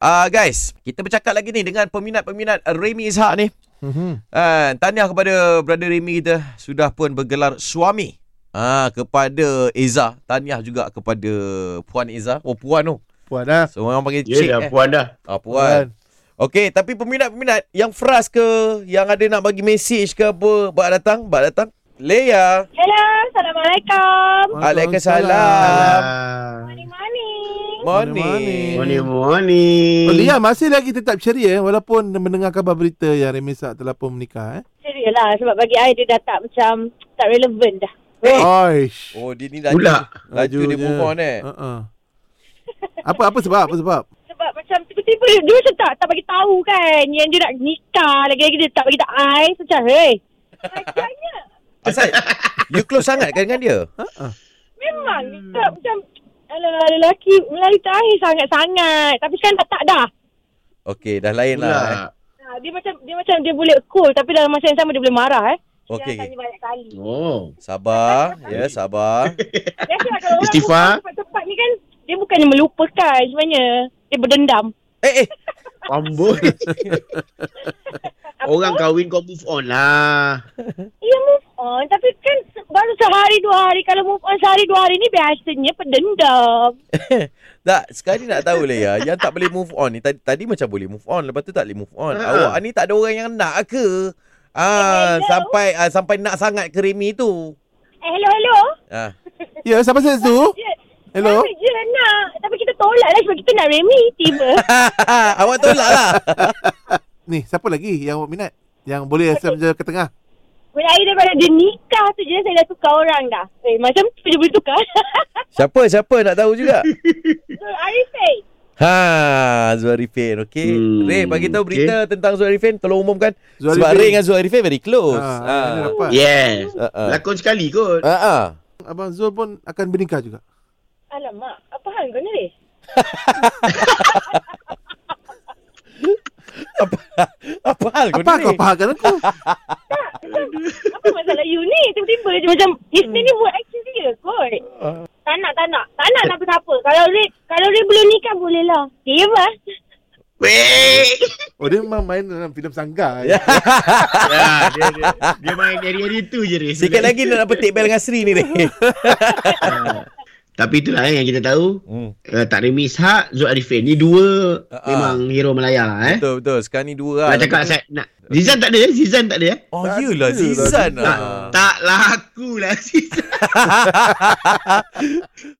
Ah uh, guys, kita bercakap lagi ni dengan peminat-peminat uh, Remy Ishak ni. Mm-hmm. Uh, tahniah kepada brother Remy kita sudah pun bergelar suami. Ah uh, kepada Eza, tahniah juga kepada puan Eza. Oh puan tu. Puan lah. So orang panggil Ya dah cik eh. puan dah. Ah puan. Okey, tapi peminat-peminat yang frust ke, yang ada nak bagi mesej ke apa, bak datang, bak datang. Leia. Hello, Assalamualaikum. Waalaikumsalam. Ah. Morning, morning. Morning. Morning morning. Oh, Lia masih lagi tetap ceria eh, walaupun mendengar kabar berita yang Remisa telah pun menikah eh. Serius lah, sebab bagi I dia dah tak macam, tak relevan dah. Oish. Oh, dia ni laju. Pula. Laju dia Lajunya. move on eh. Uh-uh. Apa apa sebab? Apa sebab? Sebab macam tiba-tiba dia, dia macam tak, tak bagi tahu kan. Yang dia nak nikah, lagi-lagi dia tak bagi tahu I. So, Macam, hey. Macamnya, Asal you close sangat kan dengan dia? memang hmm. dia tak macam, alah, lelaki Melayu terakhir sangat-sangat. Tapi sekarang dah tak dah. Okey, dah lain Pula. lah. Eh. Ha, dia macam dia macam dia boleh cool tapi dalam masa yang sama dia boleh marah eh. Okey, Jangan okey. tanya banyak kali. Oh. Sabar. Ya, sabar. Biasalah kalau orang Istighfar. lupa cepat-cepat ni kan, dia bukannya melupakan sebenarnya. Dia berdendam. Eh, eh. Amboi. Orang kahwin kau move on lah. Ya move on Tapi kan se- baru sehari dua hari Kalau move on sehari dua hari ni Biasanya pendendam Tak, sekarang ni nak tahu lah ya. Yang tak boleh move on ni. Tadi, tadi macam boleh move on. Lepas tu tak boleh move on. Awak Ha. ni tak ada orang yang nak ke? Ah, Hello. sampai ah, sampai nak sangat ke Remy tu. Eh hello hello Ah. Ya, yeah, siapa saya tu? je, Hello. Kami je nak Tapi kita tolak lah Sebab kita nak Remy Tiba Awak tolak lah. Ni, siapa lagi yang awak minat? Yang boleh asal je ke tengah. Mulai daripada dia nikah tu je Saya dah tukar orang dah Eh macam tu je boleh tukar Siapa siapa nak tahu juga. So eh. Arifin Ha, Zuarifin. Okey. Hmm, Hmm, Ray bagi tahu berita tentang Zuarifin tolong umumkan. Zuarifin. Sebab Ray dengan Zuarifin very close. Ah, Ha. mana dapat? Yes. Ha. Ha. Lakon sekali kot. Ha. ha. Abang Zul pun akan bernikah juga. Alamak Apa hal kau ni Ray? Apa, apa hal kau Apa ni? kau fahamkan aku? Apa masalah you ni? Tiba-tiba je macam Isteri ni buat action dia kot Tak nak tak nak Tak nak siapa-siapa Kalau Ray Kalau Ray belum nikah boleh lah Dia bah Uh-uh. Weh. Oh, dia memang main dalam filem sanggar. Ya. Ya. Ya, dia, dia, dia main hari-hari tu je Riz. Sikit lagi dia nak petik bel dengan Sri ni Ray. Ah. Tapi itulah eh, yang kita tahu. hmm. Uh, tak Remy Ishak, Zul Arifin. Ni dua Ah, ah. memang hero Melaya lah eh. Betul betul. Sekarang ni dua lah. Nak cakap saya, nak. Zizan tak ada eh? Zizan tak ada eh? Oh Tak yelah ada lah, Zizan Zizan. Tak, lah. tak laku lah Zizan.